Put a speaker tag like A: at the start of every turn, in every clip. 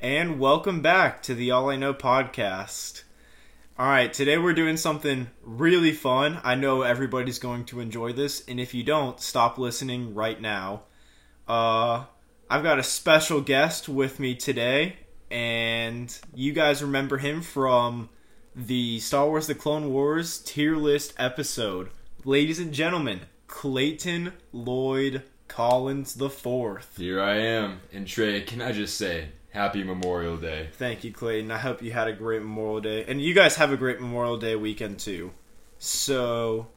A: And welcome back to the All I Know podcast. All right, today we're doing something really fun. I know everybody's going to enjoy this, and if you don't, stop listening right now. Uh, I've got a special guest with me today, and you guys remember him from the Star Wars The Clone Wars tier list episode. Ladies and gentlemen, Clayton Lloyd Collins the Fourth.
B: Here I am. And Trey, can I just say, happy Memorial Day.
A: Thank you, Clayton. I hope you had a great Memorial Day. And you guys have a great Memorial Day weekend, too. So,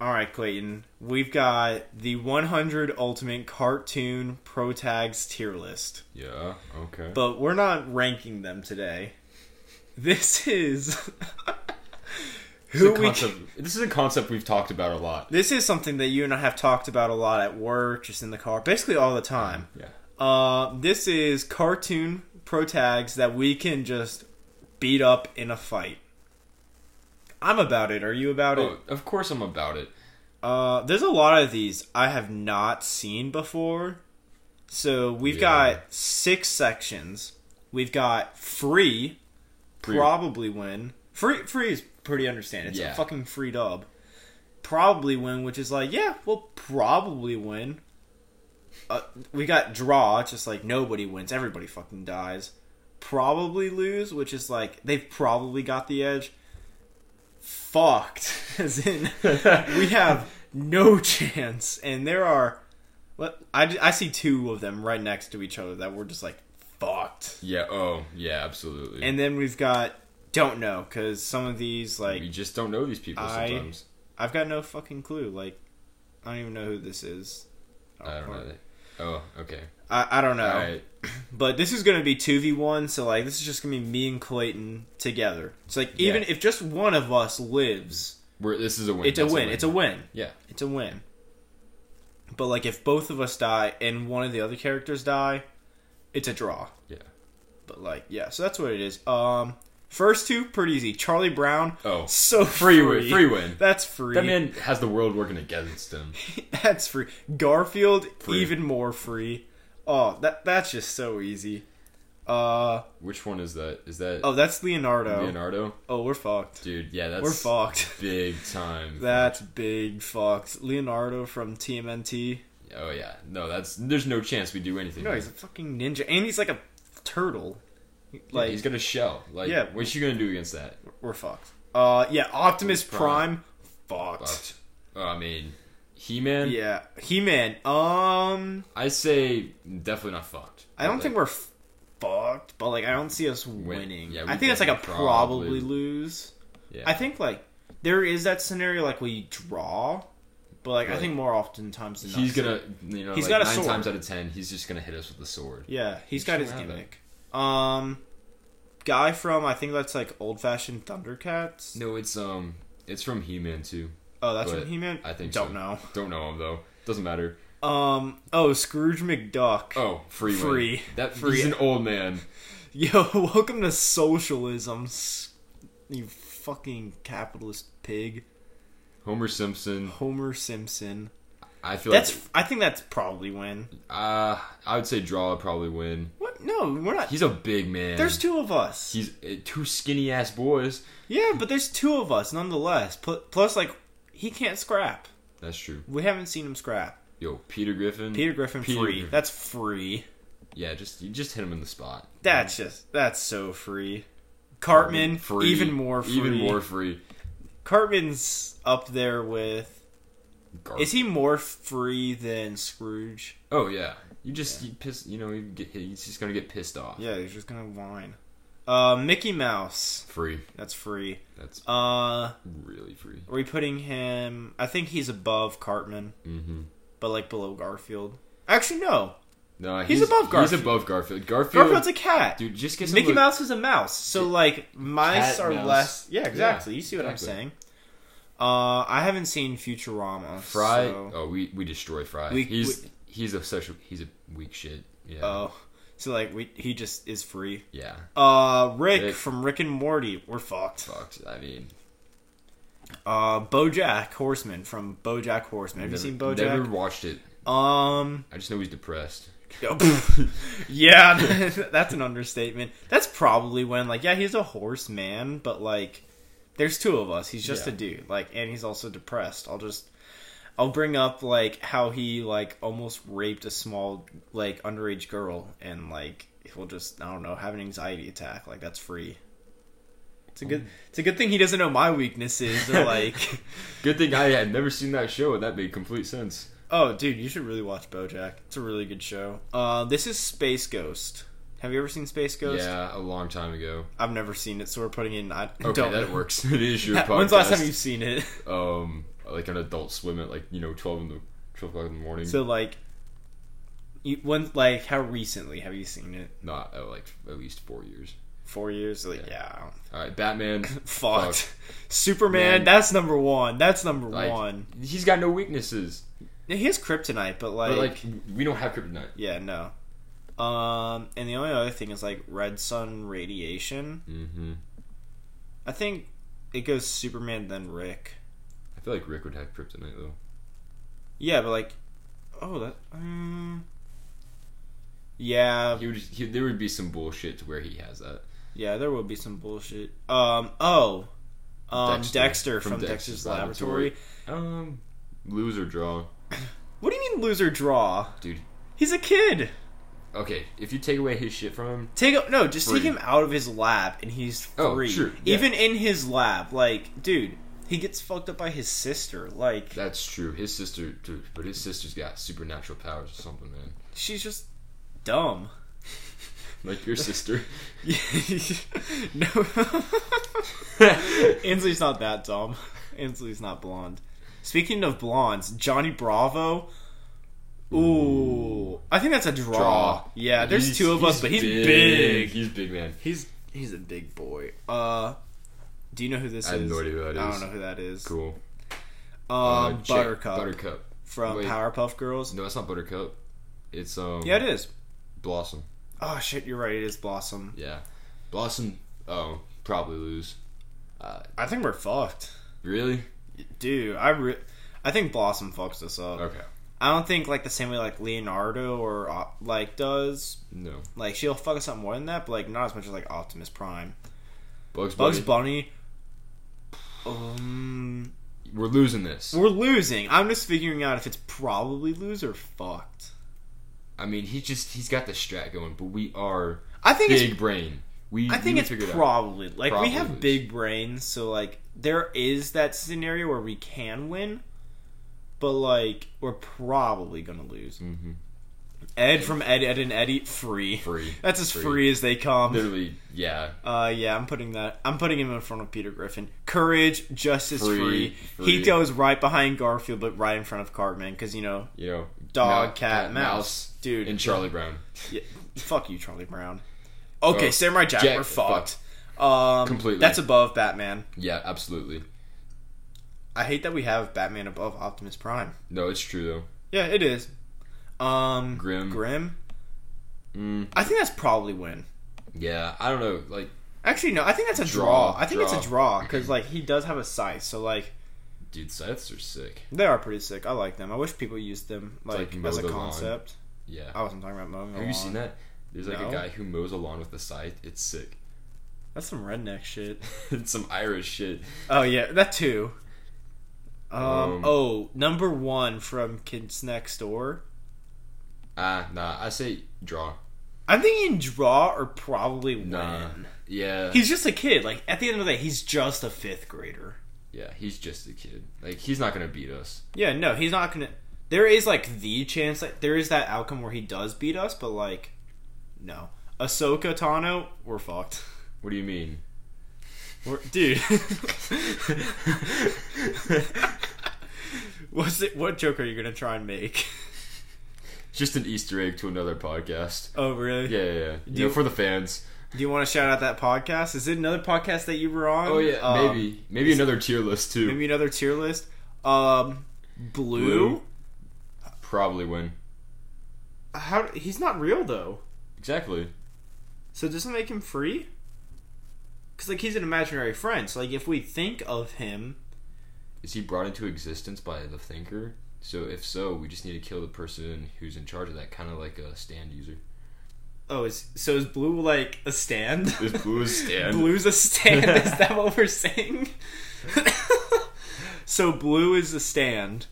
A: all right, Clayton. We've got the 100 Ultimate Cartoon Pro Tags tier list,
B: Yeah, okay.
A: but we're not ranking them today. This is.
B: this, is
A: who
B: a
A: we
B: concept, this is a concept we've talked about a lot.
A: this is something that you and I have talked about a lot at work, just in the car, basically all the time.
B: Yeah.
A: Uh, this is cartoon pro tags that we can just beat up in a fight. I'm about it. Are you about
B: Oh, of course I'm about it.
A: it? Uh, there's a lot of these I have not seen before. So we've
B: Yeah.
A: got six sections. We've got free,
B: Free.
A: probably win. Free, free is pretty understand. It's a
B: Yeah.
A: fucking free dub. Probably win, which is like, yeah, we'll probably win. Uh, we got draw, it's just like nobody wins, everybody fucking dies. Probably lose, which is like they've probably got the edge. Fucked, as in we have no chance, and there are. What I, I see two of them right next to each other that we're just like fucked.
B: Yeah, oh, yeah, absolutely.
A: And then we've got don't know because some of these like
B: we just don't know these people
A: I-
B: sometimes.
A: I've got no fucking clue. Like I don't even know who this is.
B: I don't know. Oh, okay.
A: I, I don't know.
B: All right.
A: But this is gonna be two v one, so like this is just gonna be me and Clayton together. It's like even
B: Yeah.
A: if just one of us lives,
B: We're, this is a win.
A: it's a
B: That's
A: win. It's a win.
B: Yeah.
A: It's a win. But like if both of us die and one of the other characters die, it's a draw.
B: Yeah.
A: But like yeah, so that's what it is. Um, first two pretty easy. Charlie Brown.
B: Oh.
A: So
B: Free,
A: free,
B: win. Free win.
A: That's free.
B: That man has the world working against him.
A: That's free. Garfield
B: Free.
A: even more free. Oh, that that's just so easy. Uh
B: Which one is that? Is that
A: oh, that's Leonardo.
B: Leonardo?
A: Oh, we're fucked.
B: Dude, yeah, that's
A: we're fucked.
B: big time.
A: That's big fucked. Leonardo from TMNT.
B: Oh yeah, no, that's there's no chance we do anything.
A: No, he's a fucking ninja, and he's like a turtle.
B: like
A: Like
B: he's gonna shell. Like,
A: Yeah.
B: what you gonna do against that?
A: we're fucked. Uh, yeah, Optimus Prime,
B: Prime.
A: fucked.
B: Fucked. Oh, I mean, He Man.
A: Yeah, He Man. Um,
B: I say definitely not fucked.
A: I don't
B: Like,
A: think we're f- fucked, but like I don't see us winning.
B: Yeah, we
A: I think it's like a
B: definitely
A: probably
B: probably-
A: lose.
B: Yeah.
A: I think like there is that scenario like we draw, but like I
B: Right.
A: think more often times than not,
B: he's gonna. You know,
A: He's got
B: like,
A: a
B: nine
A: sword.
B: times out of ten, he's just gonna hit us with a sword.
A: yeah he's
B: He's
A: got
B: gonna
A: his
B: have it.
A: gimmick. Um, guy from I think that's like old fashioned Thundercats.
B: No, it's um, it's from He Man too.
A: oh, that's
B: but
A: what he meant.
B: I think
A: don't
B: so.
A: know.
B: Don't know him though. Doesn't matter.
A: Um, oh Scrooge McDuck.
B: Oh, free. win.
A: Free.
B: That
A: Free.
B: He's an old man.
A: Yo, welcome to socialism, s- you fucking capitalist pig,
B: Homer Simpson.
A: Homer Simpson.
B: I feel
A: That's
B: like.
A: I think that's probably when.
B: Uh, I would say draw would probably win.
A: What? No, we're not.
B: He's a big man.
A: There's two of us.
B: He's uh, two skinny ass boys.
A: Yeah, but there's two of us nonetheless. Pl- Plus, like, he can't scrap.
B: That's true.
A: We haven't seen him scrap.
B: Yo, Peter Griffin.
A: Peter Griffin
B: Mm, Peter
A: free.
B: Griffin.
A: That's free.
B: Yeah, just you just hit him in the spot.
A: That's just that's so free. Cartman
B: Mm. free,
A: even more free.
B: even more free.
A: Cartman's up there with.
B: Gar-
A: Is he more free than Scrooge?
B: Oh yeah, you just you piss. You know, you get, he's just gonna get pissed off.
A: Yeah, he's just gonna whine. Uh, Mickey Mouse.
B: Free.
A: That's free.
B: That's
A: Uh,
B: really free.
A: are we putting him? I think he's above Cartman,
B: Mm-hmm.
A: but like below Garfield. Actually, no.
B: No,
A: He's
B: he's,
A: above
B: He's
A: Garfield.
B: above Garfield. Garfield.
A: Garfield's a cat.
B: dude, just get some
A: Mickey
B: look-
A: Mouse is a mouse, so like mice
B: Cat
A: are
B: mouse.
A: less. Yeah,
B: Yeah,
A: exactly. you see what I'm
B: exactly.
A: saying? Uh, I haven't seen Futurama.
B: Fry.
A: So,
B: Oh, we we destroy Fry.
A: We-
B: he's he's a social. He's a weak shit. Yeah.
A: oh, so like we he just is free.
B: yeah.
A: Uh, Rick,
B: Rick.
A: from Rick and Morty, we're fucked.
B: Fucked. I mean,
A: Uh, BoJack Horseman from BoJack Horseman. Have you seen
B: never, never
A: BoJack?
B: watched it.
A: Um,
B: I just know he's depressed.
A: Oh, pff. yeah, that's an understatement. That's probably when, like, yeah, he's a horse man, but like, there's two of us. He's just
B: Yeah.
A: a dude, like, and he's also depressed. I'll just, I'll bring up like how he like almost raped a small like underage girl, and like he'll just I don't know have an anxiety attack. Like that's free. It's a good. It's a good thing he doesn't know my weaknesses or like.
B: Good thing I had never seen that show, and that made complete sense.
A: Oh, dude, you should really watch BoJack. It's a really good show. Uh, this is Space Ghost. Have you ever seen Space Ghost?
B: Yeah, a long time ago.
A: I've never seen it, so we're putting in. I
B: Okay,
A: don't.
B: that works. it is your podcast.
A: When's the last time you've seen it?
B: um like an adult swim at like you know twelve in the twelve o'clock in the morning?
A: so like, you when like how recently have you seen it?
B: Not uh, like at least four years.
A: Four years? Like yeah,
B: All right, Batman.
A: fucked.
B: Fuck.
A: Superman.
B: Man.
A: That's number one. That's number
B: Like,
A: one.
B: He's got no weaknesses.
A: Yeah, He has kryptonite, but like,
B: But like we don't have kryptonite.
A: yeah, no. Um, and the only other thing is like red sun radiation.
B: Mm-hmm.
A: I think it goes Superman then Rick.
B: I feel like Rick would have kryptonite though.
A: Yeah, but like, oh, that. Um, yeah,
B: He would. He, there would be some bullshit to where he has that.
A: yeah, there will be some bullshit. Um, oh, um, Dexter,
B: Dexter.
A: from,
B: From
A: Dexter's,
B: Dexter's
A: Laboratory.
B: Um, lose or draw,
A: What do you mean loser draw?
B: dude.
A: He's a kid.
B: Okay, if you take away his shit from him,
A: Take a- no, just take
B: Free.
A: him out of his lab and he's
B: Oh,
A: free.
B: sure, yeah.
A: Even in his lab, like, dude, he gets fucked up by his sister. Like,
B: that's true. His sister, dude, but his sister's got supernatural powers or something, man.
A: she's just dumb.
B: Like your sister.
A: no. Ansley's not that dumb. Ansley's not blonde. Speaking of blondes, Johnny Bravo. Ooh, I think that's a draw.
B: Draw.
A: Yeah, there's
B: He's-
A: two of us, but he's big.
B: He's big man.
A: He's he's a big boy. Uh, do you know who this
B: I
A: is?
B: have no idea who that
A: I
B: is.
A: don't know who that is.
B: Cool.
A: Um,
B: Uh, chick-
A: Buttercup
B: Buttercup.
A: from
B: Wait.
A: Powerpuff Girls.
B: No, that's not Buttercup. It's um.
A: Yeah, it is.
B: Blossom.
A: Oh shit, you're right. It is Blossom.
B: Yeah, Blossom. Oh, probably lose. Uh,
A: I think we're fucked,
B: really?
A: dude. I re- I think Blossom fucks us up.
B: Okay.
A: I don't think like the same way like Leonardo or uh, like does.
B: No.
A: Like she'll fuck us up more than that, but like not as much as like Optimus Prime.
B: Bugs Bunny.
A: Bugs Bunny. Um,
B: We're losing this.
A: we're losing. I'm just figuring out if it's probably lose or fucked.
B: I mean, he just he's got the strat going, but we are
A: I think it's
B: big brain. We
A: I think
B: we
A: it's
B: figured it out.
A: probably like
B: Probably
A: we have
B: lose.
A: big brains, so like there is that scenario where we can win, but like we're probably gonna lose.
B: Mhm.
A: Ed from Ed Ed and Eddie free.
B: Free.
A: That's as free,
B: Free.
A: as they come.
B: Literally, yeah.
A: Uh, yeah, I'm putting that. I'm putting him in front of Peter Griffin. Courage, justice, free.
B: Free,
A: He
B: free.
A: goes right behind Garfield, but right in front of Cartman, because you know,
B: You know,
A: dog,
B: ma-
A: cat, mouse. dude.
B: and Charlie Brown.
A: yeah, fuck you, Charlie Brown. Okay,
B: Oh,
A: Samurai Jack,
B: Jack,
A: we're fucked. Um,
B: Completely.
A: That's above Batman.
B: Yeah, absolutely.
A: I hate that we have Batman above Optimus Prime.
B: No, it's true though.
A: Yeah, it is. Um,
B: Grimm.
A: Grim.
B: Mm,
A: I think that's probably win.
B: yeah, I don't know. Like,
A: Actually, no. I think that's a draw.
B: Draw,
A: I think it's a draw
B: draw.
A: because like he does have a scythe, so like
B: dude, scythes are sick.
A: They are pretty sick. I like them. I wish people used them like,
B: like mow
A: as a
B: the lawn.
A: concept.
B: Yeah.
A: I wasn't talking about mowing. the
B: Have you
A: lawn.
B: seen that? There's like
A: No.
B: a guy who mows a lawn with a scythe. It's sick.
A: That's some redneck shit.
B: it's some Irish shit.
A: Oh yeah, that too. Um,
B: Um,
A: oh number one from Kids Next Door.
B: Ah, nah. I say draw.
A: I'm thinking draw or probably win.
B: Nah. Yeah.
A: He's just a kid. Like at the end of the day, he's just a fifth grader.
B: yeah. He's just a kid. Like he's not gonna beat us.
A: Yeah, no, he's not gonna. There is like the chance that there is that outcome where he does beat us, but like, no. Ahsoka Tano, we're fucked.
B: What do you mean?
A: We're, dude. What's it? What joke are you gonna try and make?
B: just an Easter egg to another podcast.
A: Oh, really?
B: Yeah, yeah. yeah. You
A: Do-
B: know, for the fans.
A: Do you want to shout out that podcast? Is it another podcast that you were on?
B: Oh yeah,
A: Um,
B: maybe maybe another tier list too.
A: Maybe another tier list. Um, blue.
B: Blue? Probably win.
A: How he's not real though.
B: Exactly.
A: So does it make him free? Because like he's an imaginary friend. So like if we think of him,
B: Is he brought into existence by the thinker? So if so, we just need to kill the person who's in charge of that, kind of like a stand user.
A: Oh, is so is blue like a stand?
B: Is blue a stand?
A: Blue's a stand. is that what we're saying? so blue is a stand.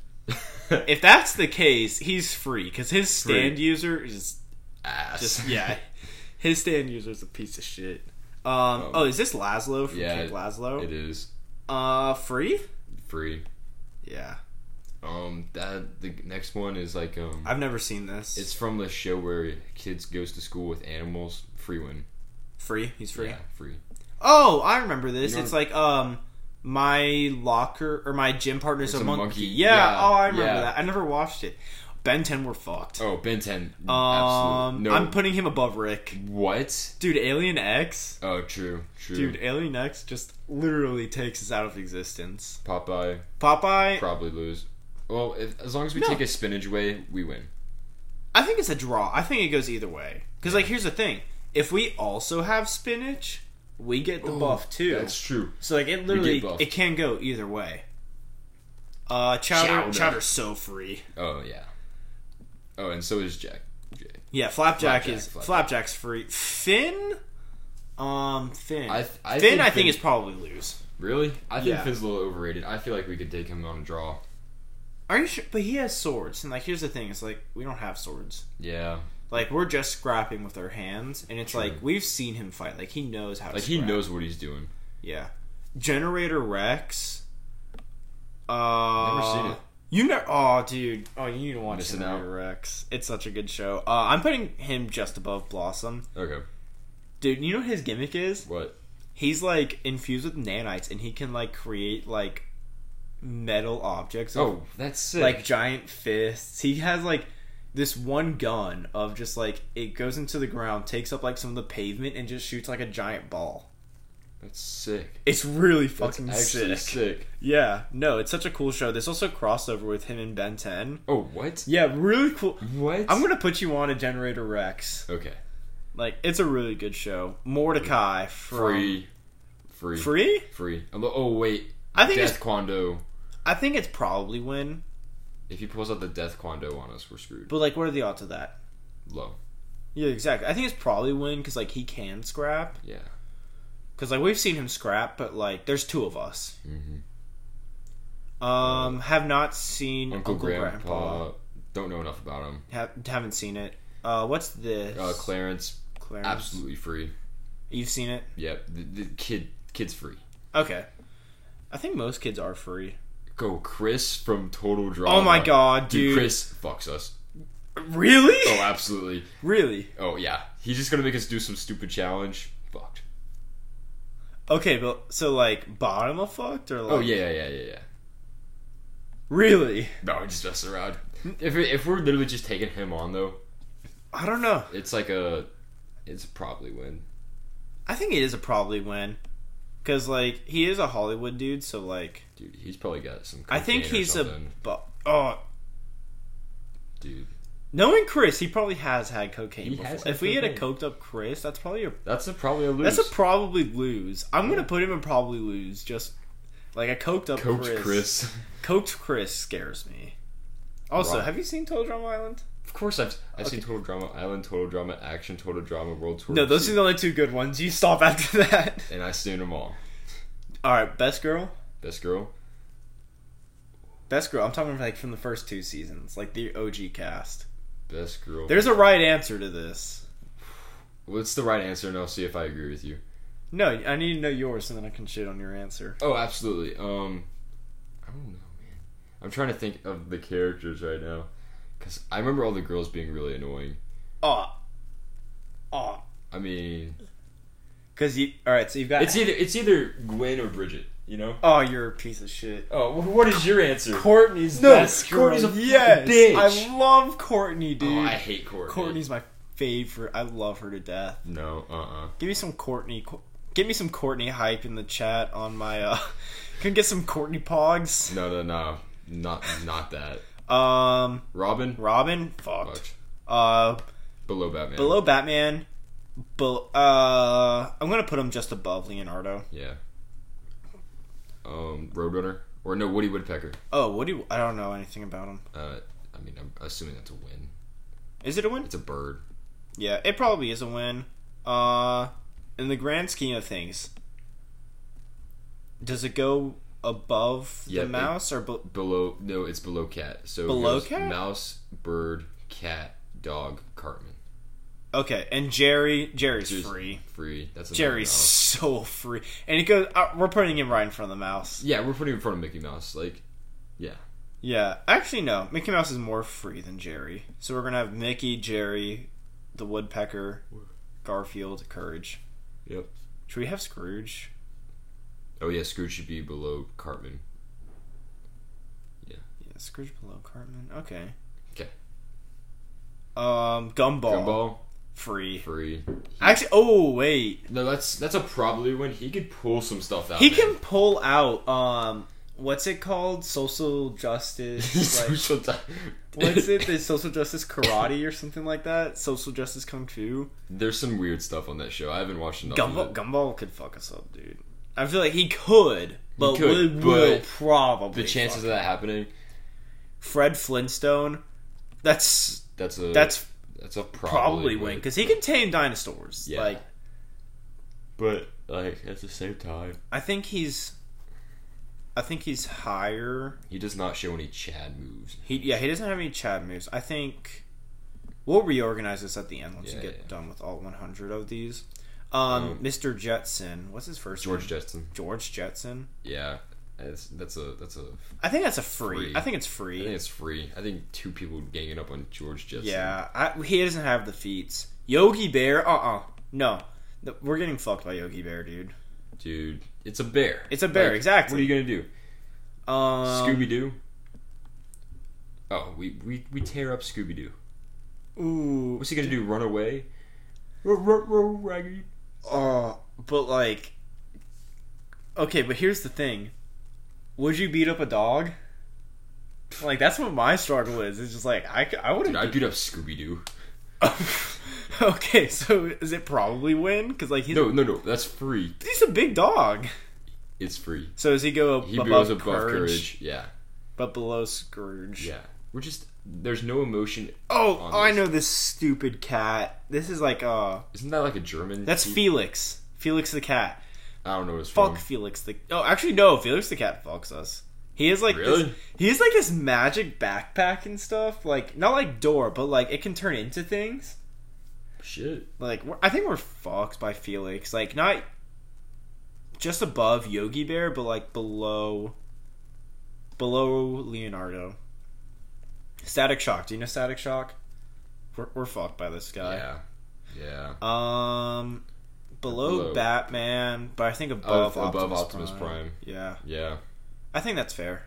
A: If that's the case, he's free because his stand
B: Free.
A: user is
B: Ass.
A: just yeah, his stand user is a piece of shit. Um, oh, is this Laszlo from
B: yeah,
A: Kid Laszlo?
B: it is
A: Uh, free?
B: free.
A: Yeah,
B: Um, that the next one is like um,
A: I've never seen this.
B: it's from the show where kids goes to school with animals. Free win.
A: free. He's free.
B: Yeah, free.
A: Oh, I remember this.
B: You know-
A: it's like um my locker or my gym partner's
B: It's
A: a,
B: a
A: monkey.
B: monkey.
A: Yeah,
B: Yeah,
A: oh I remember
B: yeah.
A: that. I never watched it. Ben 10 were fucked.
B: Oh, Ben Ten.
A: um
B: absolute- No.
A: I'm putting him above Rick.
B: what?
A: Dude, Alien X?
B: Oh, true, true.
A: Dude, Alien X just literally takes us out of existence.
B: Popeye
A: Popeye,
B: probably lose. Well, if, as long as we
A: No.
B: take a spinach away, we win.
A: I think it's a draw. I think it goes either way. Cuz like here's the thing. If we also have spinach, we get the buff too.
B: That's true.
A: So like it literally
B: both.
A: it can go either way. Uh chowder
B: Chowder.
A: chowder's so free.
B: Oh yeah. Oh, and so is Jack. Jay.
A: Yeah, flapjack,
B: Flapjack,
A: is
B: flapjack.
A: flapjack's free. Finn um Finn.
B: I th- I
A: Finn
B: think
A: I think
B: Finn-
A: is probably lose.
B: Really? I think
A: Yeah.
B: Finn's a little overrated. I feel like we could take him on a draw.
A: Are you sure but he has swords and like here's the thing, it's like we don't have swords.
B: Yeah.
A: Like we're just scrapping with our hands and it's
B: True.
A: like we've seen him fight. Like he knows how to
B: Like he
A: scrap.
B: knows what he's doing.
A: Yeah. Generator Rex. Uh,
B: Never seen it.
A: You know, oh, dude, oh, you need to watch
B: Missing
A: Generator Rex. It's such a good show. Uh, I'm putting him just above Blossom,
B: Okay.
A: dude. You know what his gimmick is?
B: What?
A: He's like infused with nanites, and he can like create like metal objects. of,
B: Oh, that's sick.
A: like giant fists. He has like this one gun of just like it goes into the ground, takes up like some of the pavement, and just shoots like a giant ball.
B: that's sick.
A: It's really
B: That's
A: fucking
B: actually sick.
A: Yeah, no, it's such a cool show. There's also a crossover with him and Ben 10.
B: Oh, what?
A: Yeah, really cool.
B: What?
A: I'm gonna put you on a Generator Rex.
B: Okay.
A: Like, it's a really good show. Mordecai from
B: Free. Free.
A: Free?
B: Free. I'm lo- oh wait.
A: I think
B: Death
A: it's
B: Kwando.
A: I think it's probably win,
B: If he pulls out the Death Kwando on us, we're screwed.
A: but like, what are the odds of that?
B: Low.
A: Yeah, exactly. I think it's probably win because like he can scrap
B: Yeah.
A: because like we've seen him scrap, but like there's two of us.
B: Mm-hmm.
A: Um, have not seen
B: Uncle,
A: Uncle,
B: Grandpa.
A: Grandpa.
B: Don't know enough about him.
A: Ha- haven't seen it. Uh, what's this?
B: Uh, Clarence.
A: Clarence.
B: Absolutely free.
A: You've seen it?
B: Yep. The, the kid. Kid's free.
A: Okay. I think most kids are free.
B: Go Chris from Total Drama.
A: Oh my god, dude.
B: Chris fucks us.
A: Really?
B: Oh, absolutely.
A: Really?
B: Oh yeah, he's just gonna make us do some stupid challenge. Fucked.
A: Okay, but so like bottom of fucked or like
B: Oh yeah, yeah, yeah, yeah. yeah.
A: Really?
B: No, we're just messing around. If we- if we're literally just taking him on though,
A: I don't know.
B: it's like a, it's probably win.
A: I think it is a probably win. Cause like he is a Hollywood dude, so like
B: Dude, he's probably got some.
A: I think
B: cocaine or
A: he's a
B: something.
A: bu- oh
B: dude.
A: knowing Chris, he probably has had cocaine
B: He
A: before.
B: has had
A: if we had a
B: cocaine.
A: coked up Chris, that's probably a
B: That's a probably a lose.
A: that's a probably lose. I'm gonna put him in probably lose just like a coked up
B: Coach
A: Chris.
B: Chris.
A: Coked Chris scares me. Also,
B: Wow.
A: have you seen Total Drama Island?
B: Of course, I've I've seen Total Drama Island, Total Drama Action, Total Drama World Tour.
A: No, those are the only two good ones. You stop after that.
B: and I've seen them all.
A: All right, best girl,
B: Best girl.
A: best girl. I'm talking like from the first two seasons, like the OG cast.
B: Best girl.
A: There's a right answer to this.
B: What's the right answer? And I'll see if I agree with you.
A: No, I need to know yours, and then I can shit on your answer.
B: Oh, absolutely. Um, I don't know, man. I'm trying to think of the characters right now, because I remember all the girls being really annoying.
A: Oh, oh,
B: I mean,
A: because you. All right, so you've got.
B: it's either it's either Gwen or Bridget. You know.
A: oh, you're a piece of shit.
B: Oh, wh- what is your answer?
A: Courtney's
B: No,
A: best girl.
B: Courtney's a fucking
A: yes,
B: bitch.
A: I love Courtney, dude.
B: Oh, I hate Courtney.
A: Courtney's my favorite. I love her to death.
B: No, uh, uh
A: Give me some Courtney. Give me some Courtney hype in the chat on my. uh Can get some Courtney pogs.
B: No, no, no. Not, not that.
A: Um,
B: Robin.
A: Robin fucked.
B: Fucked.
A: Uh,
B: Below Batman.
A: below Batman. Bel- uh, I'm gonna put him just above Leonardo.
B: Yeah. Um, Roadrunner. Or no, Woody Woodpecker.
A: Oh, what do you, I don't know anything about him.
B: Uh, I mean, I'm assuming that's a win.
A: Is it a win?
B: It's a bird.
A: Yeah, it probably is a win. Uh, in the grand scheme of things, does it go above
B: Yeah,
A: the
B: it-
A: mouse or be-
B: Below, no, it's below cat. So it
A: Below
B: goes
A: cat?
B: Mouse, bird, cat, dog, Cartman.
A: okay? And Jerry, Jerry's
B: Just
A: free.
B: Free. That's another
A: Jerry's
B: mouse.
A: so free, and he goes. Uh, we're putting him right in front of the mouse.
B: Yeah, we're putting him in front of Mickey Mouse. Like, yeah,
A: Yeah, actually, no. Mickey Mouse is more free than Jerry, so we're gonna have Mickey, Jerry, the woodpecker, Garfield, Courage.
B: yep.
A: Should we have Scrooge?
B: Oh yeah, Scrooge should be below Cartman.
A: Yeah, Scrooge below Cartman. Okay.
B: 'Kay.
A: Um, Gumball,
B: Gumball
A: free.
B: free.
A: Actually, oh wait,
B: No, that's that's a probably win. He could pull some stuff out.
A: he
B: Oh, man.
A: can pull out. Um, what's it called? Social justice. like,
B: Social di-
A: what's it? The social justice karate or something like that. Social justice kung fu.
B: There's some weird stuff on that show. I haven't watched enough. of
A: Gumball,
B: it.
A: Gumball could fuck us up, dude. I feel like he could, but
B: could,
A: we
B: but
A: will probably.
B: The chances
A: fuck
B: of that happening,
A: Fred Flintstone. That's
B: that's a
A: that's
B: that's a Uh, probably,
A: probably win because he can tame dinosaurs.
B: Yeah.
A: Like
B: But like at the same time,
A: I think he's, I think he's higher.
B: he does not show any Chad moves.
A: He yeah, he doesn't have any Chad moves. I think we'll reorganize this at the end once
B: Yeah,
A: you get
B: yeah.
A: done with all 100 of these. Um,
B: Um,
A: Mr. Jetson, what's his first
B: George
A: name?
B: Jetson.
A: George Jetson.
B: Yeah, that's that's a that's a.
A: I think that's a free.
B: Free.
A: I think it's
B: I
A: free.
B: think it's free. I think two people ganging up on George Jetson.
A: yeah, I, he doesn't have the feats. Yogi Bear. Uh uh No, Th- we're getting fucked by Yogi Bear, dude.
B: dude, it's a bear.
A: It's a bear,
B: Like,
A: exactly.
B: What are you gonna do,
A: Um,
B: Scooby Doo? Oh, we, we we tear up Scooby Doo.
A: Ooh.
B: What's he gonna do? Run away? Ruh, ruh, ruh, Raggy.
A: Oh, but like, okay, but here's the thing: would you beat up a dog? Like that's what my struggle is. It's just like I, c- I
B: Dude, I
A: wouldn't.
B: beat up Scooby Doo.
A: okay, so is it probably win? Because like he's
B: No, no, no. That's free.
A: he's a big dog.
B: It's free.
A: So does he go ab-
B: He
A: above,
B: goes above
A: courage,
B: courage. Yeah,
A: but below Scrooge?
B: yeah. We're just there's no emotion.
A: Oh,
B: On
A: oh, I
B: this.
A: know this stupid cat. This is like uh,
B: Isn't that like a German?
A: that's
B: I
A: Felix. Felix the cat.
B: I don't know what it's
A: fuck
B: from.
A: Felix the. Oh, actually, no. Felix the cat fucks us. He is like this,
B: Really?
A: he has like this magic backpack and stuff. Like not like door, but like it can turn into things.
B: Shit.
A: Like we're, I think we're fucked by Felix. Like not just above Yogi Bear, but like below below Leonardo. Static Shock. Do you know Static Shock? We're, we're fucked by this guy.
B: Yeah, yeah.
A: Um, below,
B: Below.
A: Batman, but I think above
B: Of-
A: Optimus
B: above Optimus Prime.
A: Yeah,
B: Yeah.
A: I think that's fair.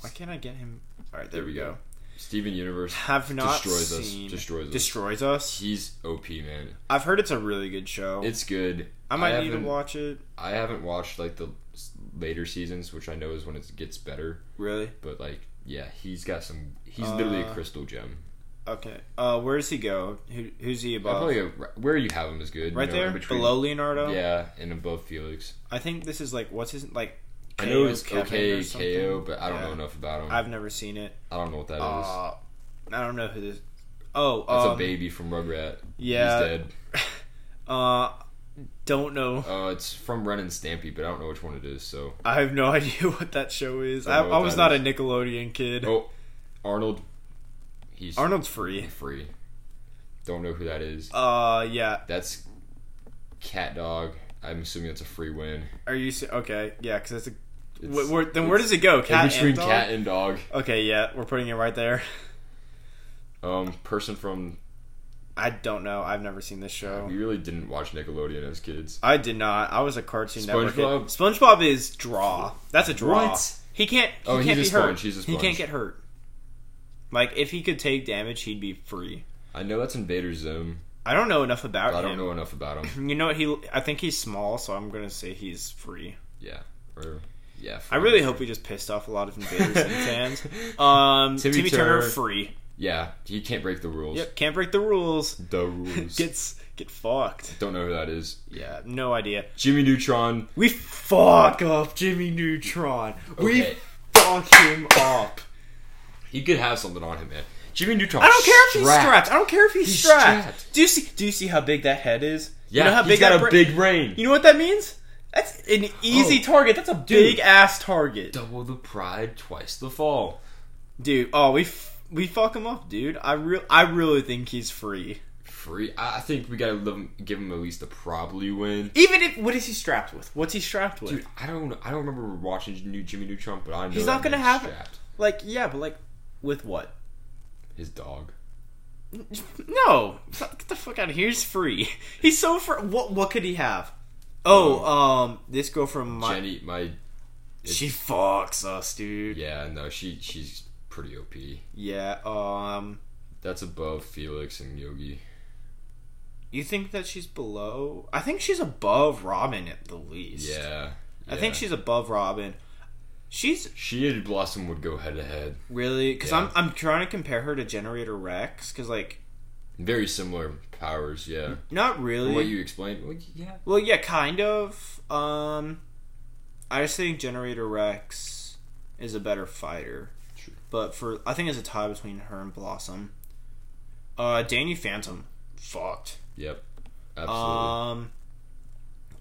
A: Why can't I get him? All right, there,
B: There
A: we
B: we
A: go.
B: Steven Universe
A: Have not
B: destroys
A: seen
B: us. Destroys us.
A: destroys us.
B: He's OP man.
A: I've heard it's a really good show.
B: It's good.
A: I might need to
B: haven't-
A: watch it.
B: I haven't watched like the s- later seasons, which I know is when it gets better.
A: Really?
B: But like, yeah, he's got some. He's literally
A: Uh,
B: a crystal gem.
A: Okay. Uh, where does he go? Who, who's he
B: I'd
A: above?
B: Probably a, where you have him is good. you
A: right
B: know,
A: there,
B: in between-
A: below Leonardo.
B: Yeah, and above Felix.
A: I think this is like what's his like.
B: I know
A: KO,
B: it's
A: Kevin or
B: okay
A: something?
B: KO, but I don't
A: Yeah.
B: know enough about him. I've,
A: I've never seen it.
B: I do not know what that is.
A: Uh, I don't know who this. Oh,
B: That's a
A: um,
B: baby from Rugrat.
A: yeah.
B: he's dead.
A: Uh, don't know.
B: Uh, it's from Ren and Stampy, but I don't know which one it is. So,
A: I have no idea what that show is.
B: Don't
A: I,
B: know what
A: I was
B: that
A: not
B: is.
A: a Nickelodeon kid.
B: oh, Arnold. He's
A: Arnold's free.
B: free. Don't know who that is.
A: Uh, yeah.
B: That's cat dog. I'm assuming that's a free win.
A: Are you se- okay? Yeah, because that's a.
B: It's-
A: wh- where, then where
B: it's
A: does it go? Cat
B: in between
A: and dog?
B: cat and dog.
A: Okay, yeah, we're putting it right there.
B: Um, person from
A: I don't know. I've never seen this show.
B: we really didn't watch Nickelodeon as kids.
A: I did not. I was a Cartoon Network. kid.
B: SpongeBob?
A: SpongeBob is draw. That's a draw.
B: What?
A: He can't. He
B: Oh, he's
A: can't
B: a
A: be hurt.
B: sponge, he's a
A: He can't
B: sponge.
A: get hurt. Like if he could take damage, he'd be free.
B: I know that's Invader Zim.
A: I don't know enough about
B: but I
A: him.
B: don't know enough about him.
A: You know what? He. I think he's small, so I'm gonna say he's free.
B: Yeah. Or, yeah.
A: I really hope he just pissed off a lot of invaders and fans. Um, Timmy,
B: Timmy
A: Turner,
B: Turner.
A: free.
B: Yeah, he can't break the rules.
A: Yep, can't break the rules.
B: The rules.
A: Gets get fucked.
B: Don't know who that is.
A: Yeah, no idea.
B: Jimmy Neutron.
A: We fuck up Jimmy Neutron. We
B: Okay.
A: fuck him up.
B: He could have something on him, man. Jimmy Neutron.
A: I don't care if he's strapped.
B: strapped.
A: I don't care if he's,
B: He's
A: strapped.
B: strapped.
A: Do you see? Do you see how big that head is?
B: Yeah,
A: you know how
B: he's
A: big
B: got
A: that
B: a
A: bra-
B: big brain.
A: You know what that means? That's an easy
B: Oh.
A: target. That's a big ass target,
B: Double the pride, twice the fall.
A: dude. Oh, we f- we fuck him up, dude. I real I really think he's free.
B: Free. I I think we gotta live, give him at least a probably win.
A: Even if what is he strapped with? What's he strapped with?
B: Dude, I don't. I don't remember watching new Jimmy Neutron, but I know
A: He's
B: that
A: not gonna
B: man's
A: have it.
B: strapped.
A: Like yeah, but like with what?
B: his dog.
A: No, get the fuck out of here. He's free. He's so free. What what could he have? Oh, um, this girl from my
B: Jenny, my
A: she fucks us, dude.
B: yeah, no, she she's pretty OP.
A: Yeah. Um,
B: That's above Felix and Yogi.
A: you think that she's below? I think she's above Robin at the least.
B: Yeah,
A: I think
B: yeah.
A: she's above Robin. She's
B: she and Blossom would go head to head.
A: really because
B: Yeah.
A: I'm I'm trying to compare her to Generator Rex because like
B: Very similar powers, yeah.
A: not
B: From what
A: really.
B: you explained, well, yeah.
A: well, yeah, kind of. Um, I just think Generator Rex is a better fighter.
B: Sure.
A: But for I think it's a tie between her and Blossom. Uh, Danny Phantom, fucked.
B: Yep. Absolutely.
A: Um,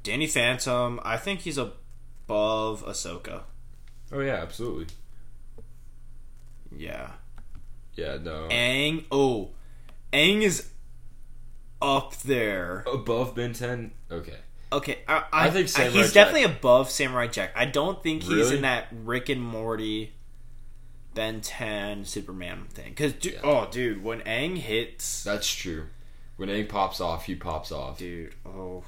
A: Danny Phantom, I think he's above Ahsoka.
B: oh yeah, absolutely.
A: Yeah.
B: Yeah, no.
A: Aang, oh, Aang is up there.
B: above Ben 10. Okay.
A: Okay, I, I,
B: I think
A: I-
B: Samurai
A: he's
B: Jack.
A: definitely above Samurai Jack. I don't think he's
B: Really?
A: in that Rick and Morty, Ben 10, Superman thing. Cause, du-
B: Yeah.
A: oh, dude, when Aang hits,
B: That's true. When Aang pops off, he pops off.
A: dude, oh,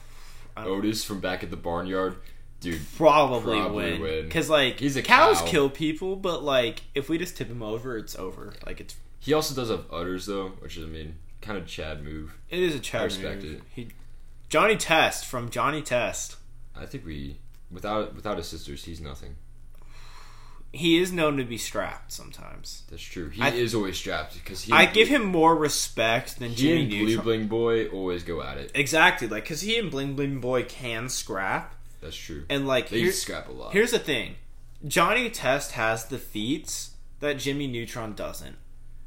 A: I don't-
B: Otis from back at the barnyard, dude.
A: probably,
B: Probably
A: win.
B: win.
A: Cause like
B: He's a
A: cows
B: cow.
A: kill people, but like if we just tip him over, it's over. Like it's
B: He also does have udders though, which is I mean, kind of Chad move.
A: It is a Chad
B: respect
A: move.
B: it.
A: He, Johnny Test from Johnny Test.
B: I think we without without his sisters, he's nothing.
A: He is known to be strapped sometimes.
B: That's true. He
A: I-
B: is always strapped because he.
A: I give him more respect than
B: He
A: Jimmy
B: and Blue
A: Neutron.
B: Bling Boy always go at it.
A: Exactly, like because he and Bling Bling Boy can scrap,
B: That's true.
A: and like
B: They
A: here-
B: scrap a lot.
A: here's the thing: Johnny Test has the feats that Jimmy Neutron doesn't.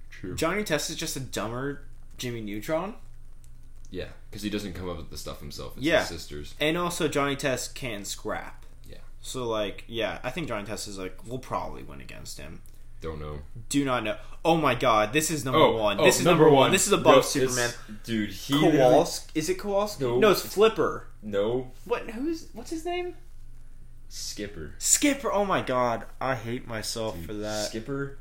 B: true.
A: Johnny Test is just a dumber Jimmy Neutron,
B: yeah, because he doesn't come up with the stuff himself. It's
A: Yeah.
B: his sisters.
A: and also Johnny Test can scrap.
B: Yeah.
A: So like, yeah, I think Johnny Test is like we'll probably win against him.
B: Don't know.
A: do not know. Oh my god, this is number one.
B: Oh, One.
A: this is number, one. This is above Superman.
B: Dude, he. literally- Oh.
A: Kowalski? Is it Kowalski?
B: No.
A: no, it's Flipper.
B: No.
A: What? Who's? What's his name?
B: Skipper.
A: Skipper. Oh my god, I hate myself for that.
B: Skipper.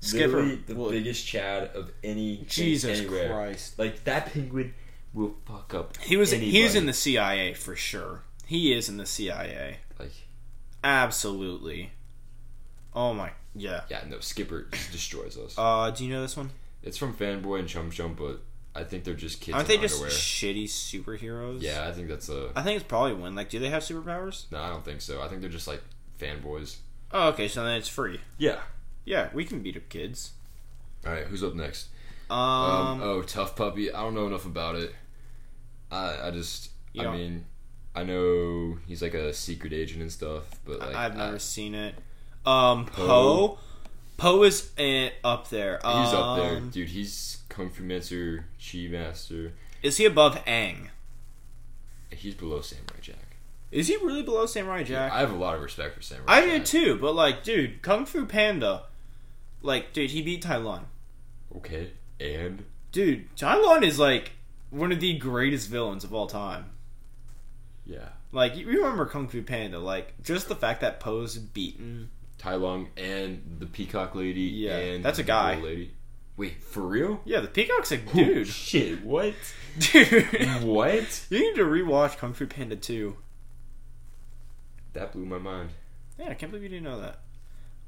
A: Skipper
B: literally the
A: would-
B: biggest Chad of any
A: Jesus
B: anywhere.
A: Christ.
B: Like that penguin will fuck up.
A: He was.
B: Anybody.
A: He was in the CIA for sure. He is in the CIA.
B: Like
A: Absolutely. Oh my. Yeah.
B: yeah, no. Skipper just destroys us.
A: Uh, do you know this one?
B: it's from Fanboy and Chum Chum, but I think they're just kids.
A: Aren't
B: in
A: they just
B: underwear.
A: shitty superheroes?
B: Yeah, I think that's a.
A: I think it's probably one. Like, do they have superpowers?
B: No, I don't think so. I think they're just like fanboys.
A: Oh, okay. So then it's free.
B: Yeah.
A: Yeah, we can beat up kids.
B: All right, who's up next?
A: Um.
B: Um, oh, Tough Puppy. I don't know enough about it. I I just
A: You
B: I
A: don't-
B: mean I know he's like a secret agent and stuff, but like
A: I've
B: I-
A: never seen it. Um,
B: Poe.
A: Poe. Poe is eh, up there.
B: He's up there,
A: Um,
B: dude. He's Kung Fu Master, Chi Master.
A: Is he above Aang?
B: He's below Samurai Jack.
A: Is he really below Samurai Jack?
B: I have a lot of respect for Samurai.
A: I, do
B: Jack.
A: too, but like, dude, Kung Fu Panda. Like, dude, he beat Tai Lung.
B: Okay, and
A: Dude, Tai Lung is like one of the greatest villains of all time.
B: yeah,
A: Like, you remember Kung Fu Panda? Like, just the fact that Poe's beaten.
B: Tai Lung and the Peacock Lady.
A: Yeah,
B: and
A: that's a
B: the
A: guy.
B: Bull Lady. Wait, for real?
A: Yeah, the Peacock's a
B: Dude,
A: dude.
B: shit, what?
A: Dude,
B: what?
A: you need to rewatch Kung Fu Panda 2.
B: That blew my mind.
A: Yeah, I can't believe you didn't know that.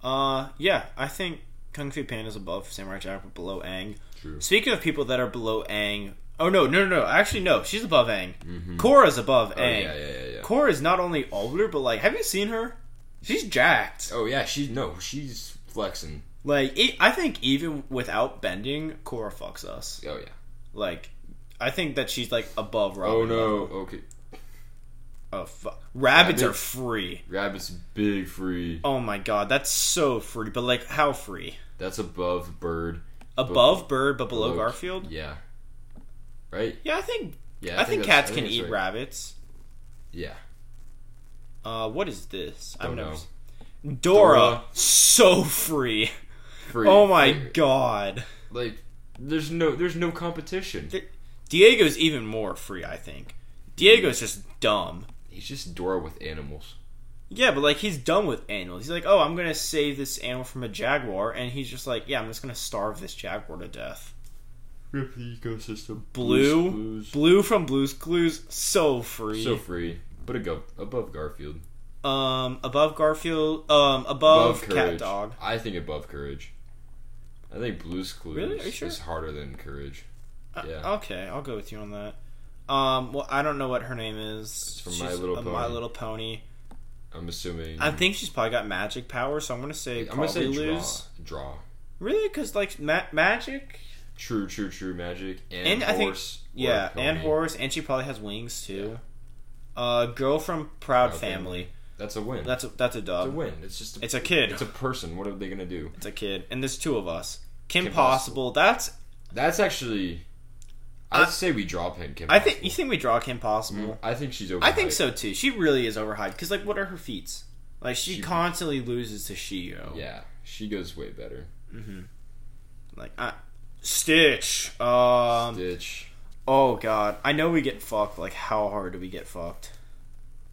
A: Uh, yeah, I think Kung Fu Panda is above Samurai Jack, but below Aang.
B: True.
A: Speaking of people that are below Aang, oh no, no, no, no. Actually, no, she's above Aang. Korra's above
B: Oh,
A: Aang.
B: yeah, yeah, yeah, yeah.
A: Korra's not only older, but like, have you seen her? She's jacked.
B: Oh yeah, she's no, she's flexing.
A: Like it, I think even without bending, Cora fucks us.
B: Oh yeah.
A: Like I think that she's like above Robin.
B: Oh no. Okay.
A: Oh fuck. Rabbits,
B: Rabbits?
A: are free.
B: Rabbit's big free.
A: Oh my god, that's so free. But like how free?
B: That's above bird.
A: Above Bird but below
B: Below-
A: Garfield?
B: Yeah. Right.
A: Yeah, I think
B: Yeah.
A: I, think,
B: that's-
A: cats
B: I
A: can
B: think
A: eat
B: that's right.
A: rabbits.
B: Yeah.
A: Uh what is this?
B: Don't know.
A: never Dora,
B: Dora.
A: so free.
B: Free.
A: Oh my
B: free.
A: god.
B: Like, there's no there's no competition.
A: Diego's even more free, I think. Diego's just dumb.
B: He's just Dora with animals.
A: Yeah, but like he's done with animals. He's like, oh, I'm gonna save this animal from a jaguar, and he's just like, yeah, I'm just gonna starve this jaguar to death.
B: Rip the ecosystem.
A: Blue, blue from Blue's Clues, so free.
B: So free, but go above Garfield.
A: um, above Garfield, um, above, Cat
B: courage.
A: Dog.
B: I think above courage. I think Blue's Clues
A: Really? Are you sure?
B: is harder than courage.
A: Uh,
B: Yeah.
A: okay, I'll go with you on that. Um, well, I don't know what her name is.
B: It's from
A: She's
B: My Little
A: a My
B: Pony.
A: Little Pony.
B: I'm assuming.
A: I think she's probably got magic power, so I'm gonna say
B: I'm
A: probably
B: gonna say draw.
A: lose.
B: Draw.
A: Really? Because like ma- magic,
B: True, true, true magic
A: And
B: and,
A: I think-
B: horse. or
A: yeah, and
B: pony.
A: horse, and she probably has wings too. Uh, girl from Proud,
B: Proud
A: Family.
B: That's a win.
A: That's a, that's a
B: it's a
A: dub.
B: win. It's just a,
A: It's a kid.
B: It's a person. What are they gonna do?
A: It's a kid, and there's two of us. Kim,
B: Kim
A: Possible. That's
B: That's actually.
A: I-
B: I'd say we draw Pen Kim.
A: I think. You
B: Possible.
A: think we draw Kim Possible?
B: I think she's over.
A: I think so too. She really is overhyped because like, what are her feats? Like she,
B: She-
A: constantly loses to Shio. Mm-hmm.
B: Yeah, she goes way better.
A: Like I, Stitch. Um.
B: Stitch.
A: Oh God. I know we get fucked. Like how hard do we get fucked?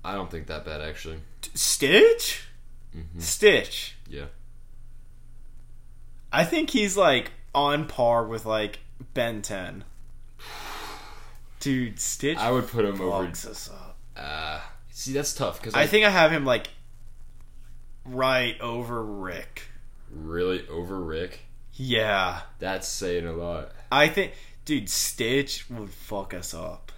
B: I don't think that bad actually.
A: T- Stitch.
B: Mhm.
A: Stitch.
B: Yeah.
A: I think he's like on par with like Ben Ten. Dude, Stitch
B: I would put him over.
A: fucks us up.
B: Uh, see, that's tough because
A: I
B: I
A: think I have him like right over Rick.
B: really over Rick.
A: Yeah.
B: That's saying a lot.
A: I think dude, Stitch would fuck us up.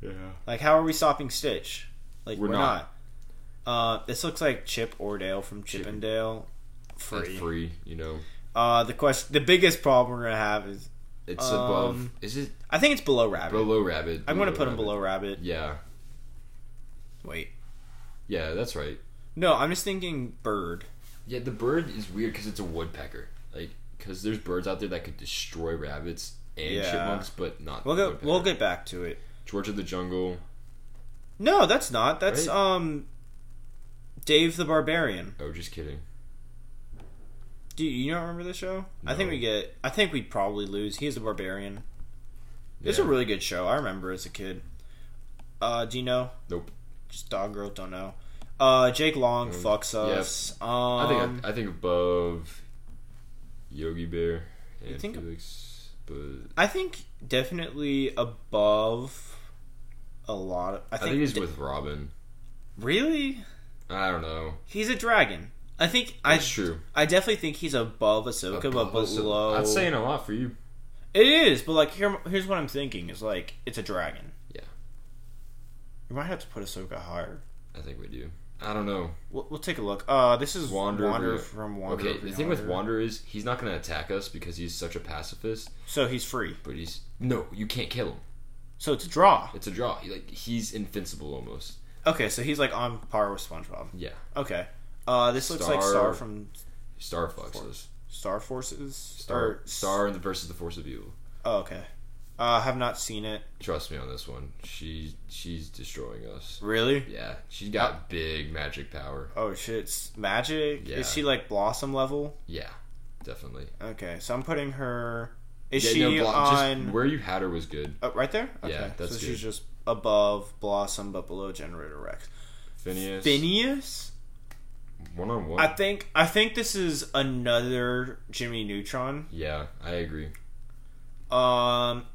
B: Yeah.
A: Like how are we stopping Stitch? Like we're,
B: We're
A: not.
B: not.
A: Uh this looks like Chip Ordale from Chippendale. Free.
B: Free. free. You know,
A: Uh the question the biggest problem we're gonna have is
B: it's
A: Um,
B: above. Is it
A: I think it's below Rabbit.
B: below Rabbit?
A: I'm gonna
B: Below
A: put him
B: Rabbit.
A: below Rabbit.
B: Yeah.
A: Wait.
B: Yeah, that's right.
A: No, I'm just thinking bird.
B: Yeah, the bird is weird because it's a woodpecker. Like, because there's birds out there that could destroy rabbits and
A: Yeah.
B: chipmunks, but not.
A: We'll
B: the
A: go
B: woodpecker.
A: we'll get back to it.
B: George of the Jungle.
A: No, that's not. That's
B: Right?
A: um Dave the Barbarian.
B: Oh, just kidding.
A: Do you not remember the show? I think
B: No.
A: we get. I think we probably lose. He's a barbarian. It's a
B: Yeah.
A: really good show. I remember as a kid. Uh, do you know?
B: Nope.
A: Just dog girl. Don't know. Uh, Jake Long
B: Um,
A: fucks
B: yeah.
A: us.
B: I
A: Um,
B: think I, think above Yogi Bear and
A: You think-
B: Felix, but
A: I think definitely above a lot. Of, I
B: I
A: think,
B: think he's
A: de-
B: with Robin.
A: really.
B: I don't know.
A: He's a dragon. I think I.
B: That's true.
A: I definitely think he's above Ahsoka, but
B: Above-
A: below.
B: That's saying a lot for you.
A: It is, but like here, here's what I'm thinking: is like it's a dragon.
B: Yeah.
A: You might have to put Ahsoka higher.
B: I think we do. I don't know.
A: We'll, we'll take a look. Uh, this is Wander,
B: Wander over-
A: from Wander.
B: okay,
A: over
B: the thing with
A: Yonder.
B: Wander is he's not gonna attack us because he's such a pacifist.
A: so he's free.
B: But he's no, you can't kill him.
A: So it's a draw.
B: It's a draw. He, like he's invincible almost.
A: Okay, so he's like on par with SpongeBob.
B: Yeah,
A: Okay. Uh, this looks like
B: Star-
A: Star from
B: Star Foxes.
A: Star Forces.
B: Star
A: Or-
B: Star and the versus the Force of Evil.
A: Oh, okay. Uh, have not seen it.
B: Trust me on this one. She she's destroying us.
A: Really?
B: Yeah, she's got big magic power.
A: Oh shit! It's magic.
B: Yeah.
A: Is she like Blossom level?
B: Yeah, definitely.
A: Okay, so I'm putting her. Is
B: Yeah,
A: she
B: no, Blo- just
A: on?
B: where you had her was good.
A: Oh, right there. Okay.
B: Yeah, that's
A: so
B: good.
A: she's just above Blossom but below Generator Rex.
B: Phineas,
A: Phineas.
B: one on
A: I
B: one.
A: think I think this is another Jimmy Neutron.
B: Yeah, I agree.
A: Um,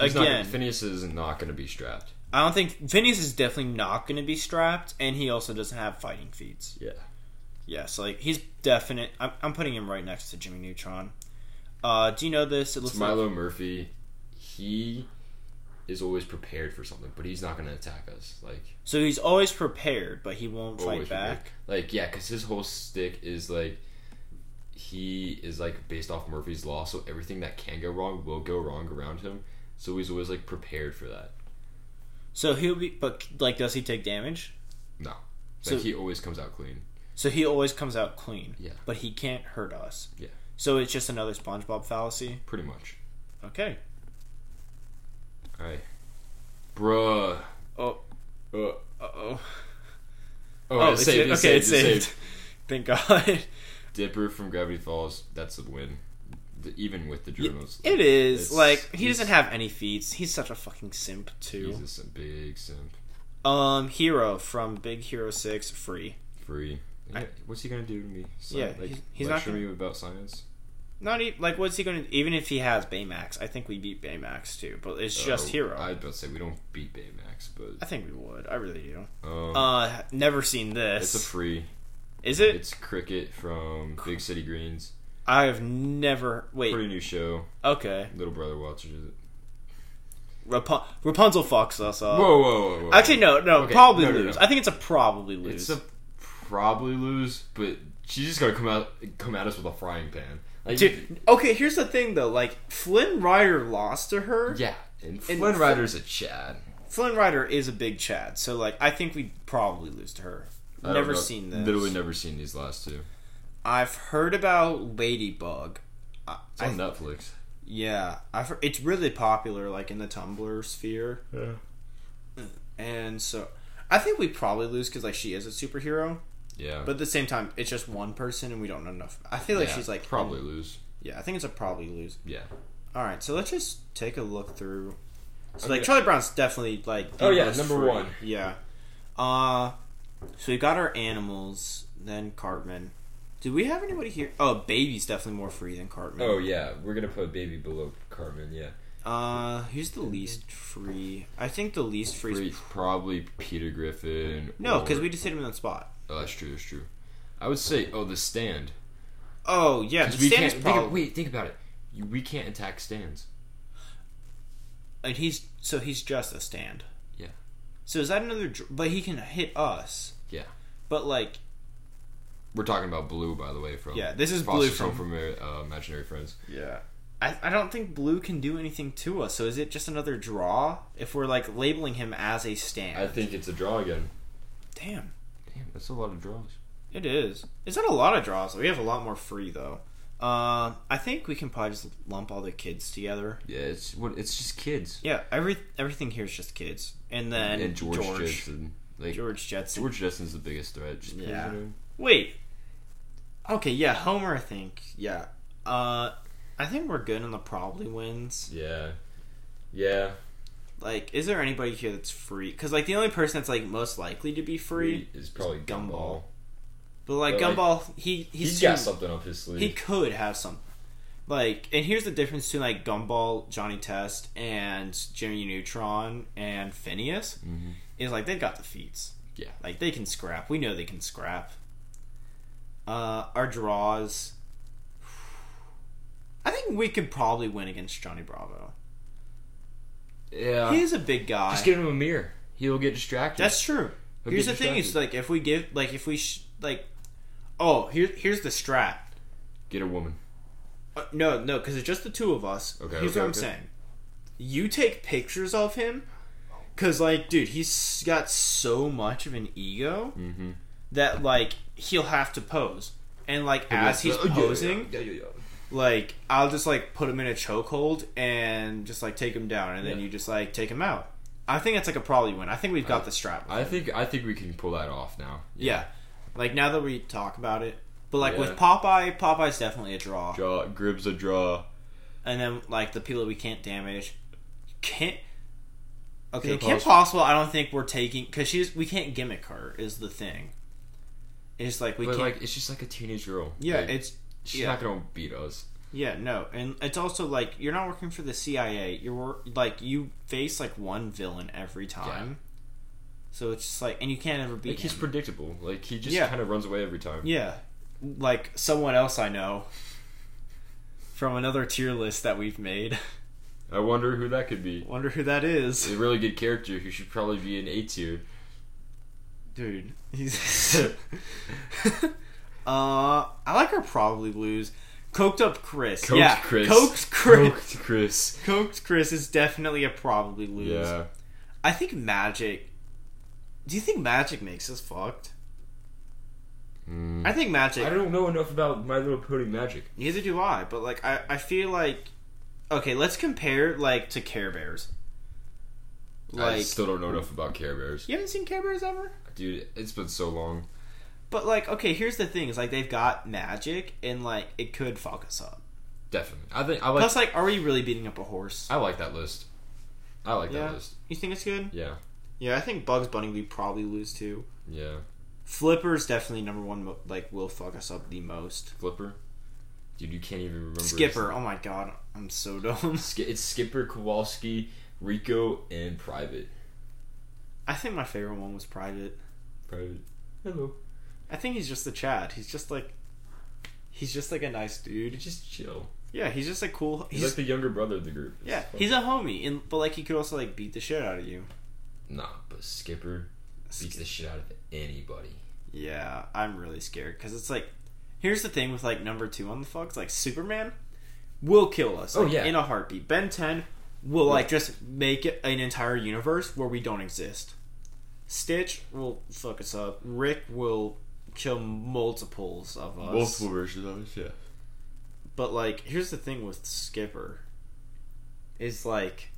B: He's not
A: again,
B: gonna- Phineas is not going to be strapped.
A: I don't think Phineas is definitely not going to be strapped, and he also doesn't have fighting feats.
B: Yeah,
A: Yeah, so like he's definite. I'm, I'm putting him right next to Jimmy Neutron. Uh, do you know this? It
B: it's
A: looks like
B: Milo Murphy. He is always prepared for something, but he's not going to attack us. Like
A: so he's always prepared, but he won't
B: always
A: fight back.
B: prepared. Like yeah, because his whole stick is like he is like based off Murphy's law, so everything that can go wrong will go wrong around him. So he's always like prepared for that.
A: So he'll be, but like, does he take damage?
B: No,
A: So-
B: like he always comes out clean.
A: So he always comes out clean.
B: Yeah.
A: But he can't hurt us.
B: Yeah.
A: So it's just another SpongeBob fallacy.
B: Pretty much.
A: Okay.
B: All right, bruh.
A: Oh.
B: Uh, oh,
A: Uh oh.
B: oh it's saved.
A: Okay, it's
B: it's saved, it's
A: saved.
B: saved.
A: Thank God.
B: Dipper from Gravity Falls. That's a win. The, even with the journals,
A: It is
B: It's-
A: like he
B: he's-
A: doesn't have any feats. He's such a fucking simp
B: He's
A: too.
B: just a big simp.
A: Um, hero from Big Hero Six free.
B: Free.
A: I-
B: What's he gonna do to me? Sci-
A: Yeah,
B: like,
A: he's- he's not
B: lecture
A: gonna-
B: me about science.
A: Not even like what's he gonna? Even if he has Baymax, I think we beat Baymax too. But it's just
B: Oh,
A: hero. I,
B: I'd about to say we don't beat Baymax, but
A: think we would. I really do.
B: um,
A: Uh, never seen this.
B: it's a free.
A: is it?
B: It's Cricket from Big City Greens.
A: I have never. Wait.
B: Pretty new show.
A: Okay.
B: Little brother watches it.
A: Rapun- Rapunzel fucks us up.
B: Whoa, whoa, whoa! whoa.
A: Uh, Actually, no, no.
B: Okay,
A: Probably
B: no, no, no.
A: lose. I think it's a probably lose.
B: it's a probably lose, but she's just gonna come out come at us with a frying pan. Like,
A: Dude, okay, here's the thing though. Like Flynn Rider lost to her.
B: yeah, and
A: And-
B: Flynn Rider's a Chad.
A: Flynn Rider is a big Chad, so like I think we probably lose to her.
B: I don't
A: Never
B: know.
A: seen this.
B: Literally never seen these last two.
A: I've heard about Ladybug. I,
B: It's
A: I,
B: on Netflix.
A: yeah, I've heard, it's really popular like in the Tumblr sphere,
B: Yeah.
A: and so I think we probably lose because like she is a superhero,
B: Yeah.
A: but at the same time it's just one person and we don't know enough. I feel like
B: Yeah,
A: she's like
B: probably lose.
A: yeah. I think it's a probably lose.
B: Yeah.
A: All right, so let's just take a look through. So like
B: Okay.
A: Charlie Brown's definitely like the
B: Oh, yeah,
A: most
B: number
A: free.
B: one.
A: Yeah. Uh so we got our animals, then Cartman. Do we have anybody here? Oh, baby's definitely more free than Cartman.
B: Oh yeah, we're gonna put baby below Carmen. Yeah,
A: Uh, who's the least free? I think the least free.
B: Free-
A: Is...
B: probably Peter Griffin.
A: No, because
B: or-
A: we just hit him in the spot.
B: Oh, that's true. That's true. I would say oh the stand.
A: Oh yeah,
B: 'Cause
A: but
B: we
A: Stan
B: can't.
A: is
B: Think
A: probably.
B: of, wait, think about it. You, we can't attack stands.
A: And he's so he's just a stand.
B: Yeah.
A: So is that another? dr- But he can hit us.
B: Yeah.
A: But like,
B: We're talking about blue, by the way. From
A: yeah, this is blue
B: Foster's
A: from
B: Home for uh, imaginary friends.
A: Yeah. I, I don't think blue can do anything to us, so is it just another draw if we're like labeling him as a stand?
B: I think it's a draw again.
A: Damn,
B: Damn, that's a lot of draws.
A: it is. It's not a lot of draws. We have a lot more free though. Uh, I think we can probably just lump all the kids together.
B: Yeah, it's what it's just kids.
A: Yeah, every everything here is just kids, and then
B: and George,
A: George
B: Jetson. Like
A: George
B: George,
A: Jetson.
B: Jetson's the biggest threat. Just because
A: Yeah.
B: of him.
A: Wait. Okay, yeah, Homer. I think. Yeah. Uh, I think we're good on the probably wins.
B: Yeah. Yeah.
A: Like, is there anybody here that's free? Because like the only person that's like most likely to be free,
B: is probably
A: Gumball.
B: Gumball.
A: but like
B: But, like,
A: Gumball, he he's
B: He's
A: too-
B: got something up his sleeve.
A: he could have some. Like, and here's the difference between like Gumball, Johnny Test, and Jimmy Neutron and Phineas
B: Mhm.
A: is like they've got the feats.
B: Yeah.
A: like they can scrap. We know they can scrap. Uh, our draws. I think we could probably win against Johnny Bravo.
B: yeah.
A: He is a big guy.
B: Uh, Just give him a mirror. He'll get distracted.
A: That's true.
B: He'll
A: here's the
B: get
A: thing: is like if we give, like if we sh- like, oh, here, here's the strat.
B: get a woman.
A: Uh, no, no, because it's just the two of us.
B: Okay,
A: here's
B: okay,
A: what I'm
B: okay.
A: saying: you take pictures of him, because like, dude, he's got so much of an ego
B: Mm-hmm.
A: that like he'll have to pose, and like as he's posing,
B: uh, Yeah, yeah, yeah.
A: like I'll just like put him in a chokehold and just like take him down, and then
B: Yeah. Uh,
A: you just like take him out. I think that's like a probably win. I think we've got the strap.
B: I think I think we can pull that off now.
A: Yeah. Like now that we talk about it. But like with
B: Yeah.
A: Popeye, Popeye's definitely a draw.
B: Draw Grib's a draw.
A: And then like the people that we can't damage. Can't Okay,
B: Kim
A: Kim
B: Possible.
A: Possible I don't think we're taking cuz she's we can't gimmick her is the thing. It's like we
B: but
A: can't
B: like it's just like a teenage girl.
A: Yeah,
B: Like,
A: it's
B: she's
A: yeah.
B: not gonna beat us.
A: yeah, no. And it's also like you're not working for the CIA. You're wor- like you face like one villain every time. So it's just like and you can't ever beat
B: Like he's
A: him.
B: predictable. Like he just
A: Yeah.
B: kind of runs away every time.
A: Yeah. Like someone else I know from another tier list that we've made.
B: I wonder who that could be.
A: Wonder who that
B: A
A: is.
B: really good character who should probably be an A tier.
A: Dude, he's Uh, I like her probably blues. Coked up Chris.
B: Coach
A: yeah,
B: Chris.
A: Coked Chris.
B: Coach Chris.
A: Coked Chris is definitely a probably lose.
B: Yeah.
A: I think magic. Do you think magic makes us fucked?
B: Mm.
A: I think magic.
B: I don't know enough about My Little Pony magic.
A: Neither do I, but like I, I feel like okay, let's compare like to Care Bears. Like
B: I still don't know enough about Care Bears.
A: you haven't seen Care Bears ever?
B: Dude, it's been so long.
A: But like okay, here's the thing, is like they've got magic and like it could fuck us up.
B: Definitely. I think I like
A: Plus like are we really beating up a horse?
B: I like that list. I like
A: Yeah.
B: that list.
A: You think it's good?
B: Yeah.
A: Yeah, I think Bugs Bunny we probably lose too.
B: Yeah.
A: Flipper's definitely number one mo- like will fuck us up the most.
B: Flipper. Dude, you can't even remember. his-
A: Skipper, oh my god, I'm so dumb.
B: Sk- It's Skipper, Kowalski, Rico, and Private.
A: I think my favorite one was Private.
B: Private. Hello.
A: I think he's just a Chad. He's just like he's just like a nice dude.
B: You just chill.
A: Yeah, he's just a cool.
B: He's,
A: He's,
B: like the younger brother of the group. It's
A: yeah,
B: fun.
A: he's a homie, and but like he could also like beat the shit out of you.
B: Nah, but Skipper beats the shit out of anybody.
A: Yeah, I'm really scared because it's like, here's the thing with like number two on the fucks, like Superman, will kill us.
B: Oh,
A: like,
B: yeah.
A: in a heartbeat. Ben Ten will like just make it an entire universe where we don't exist. Stitch will fuck us up. Rick will kill multiples of us.
B: versions of us, yeah.
A: But like, here's the thing with Skipper, is like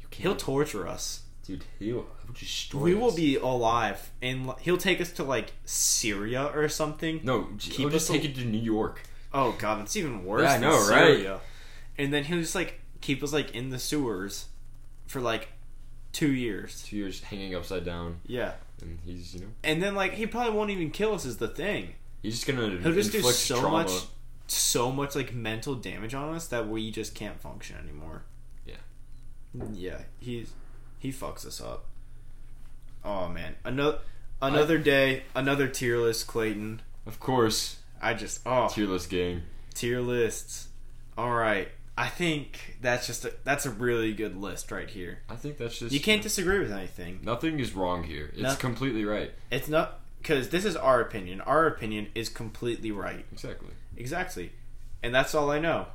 B: You can't.
A: he'll torture us.
B: Dude, he'll, he'll destroy
A: we will
B: us.
A: be alive and like, he'll take us to like syria or something
B: No, j-
A: Keep
B: he'll just
A: us al-
B: take it to New York.
A: oh god it's even worse
B: Yeah, I
A: than
B: know, right?
A: syria and then he'll just like keep us like in the sewers for like two years
B: Two years hanging upside down,
A: yeah
B: and he's, you know,
A: and then like he probably won't even kill us is the thing
B: he's just gonna
A: he'll just do
B: inflict
A: so
B: trauma.
A: much so much like mental damage on us that we just can't function anymore
B: Yeah.
A: yeah he's he fucks us up oh man another another day another tier list clayton
B: Of course,
A: I just oh tier,
B: tearless gang.
A: lists. All right, I think that's just a, that's a really good list right here.
B: I think that's just
A: You can't disagree with anything.
B: Nothing is wrong here. It's
A: No.
B: completely right.
A: It's not because this is our opinion. Our opinion is completely right.
B: Exactly.
A: Exactly, and that's all I know.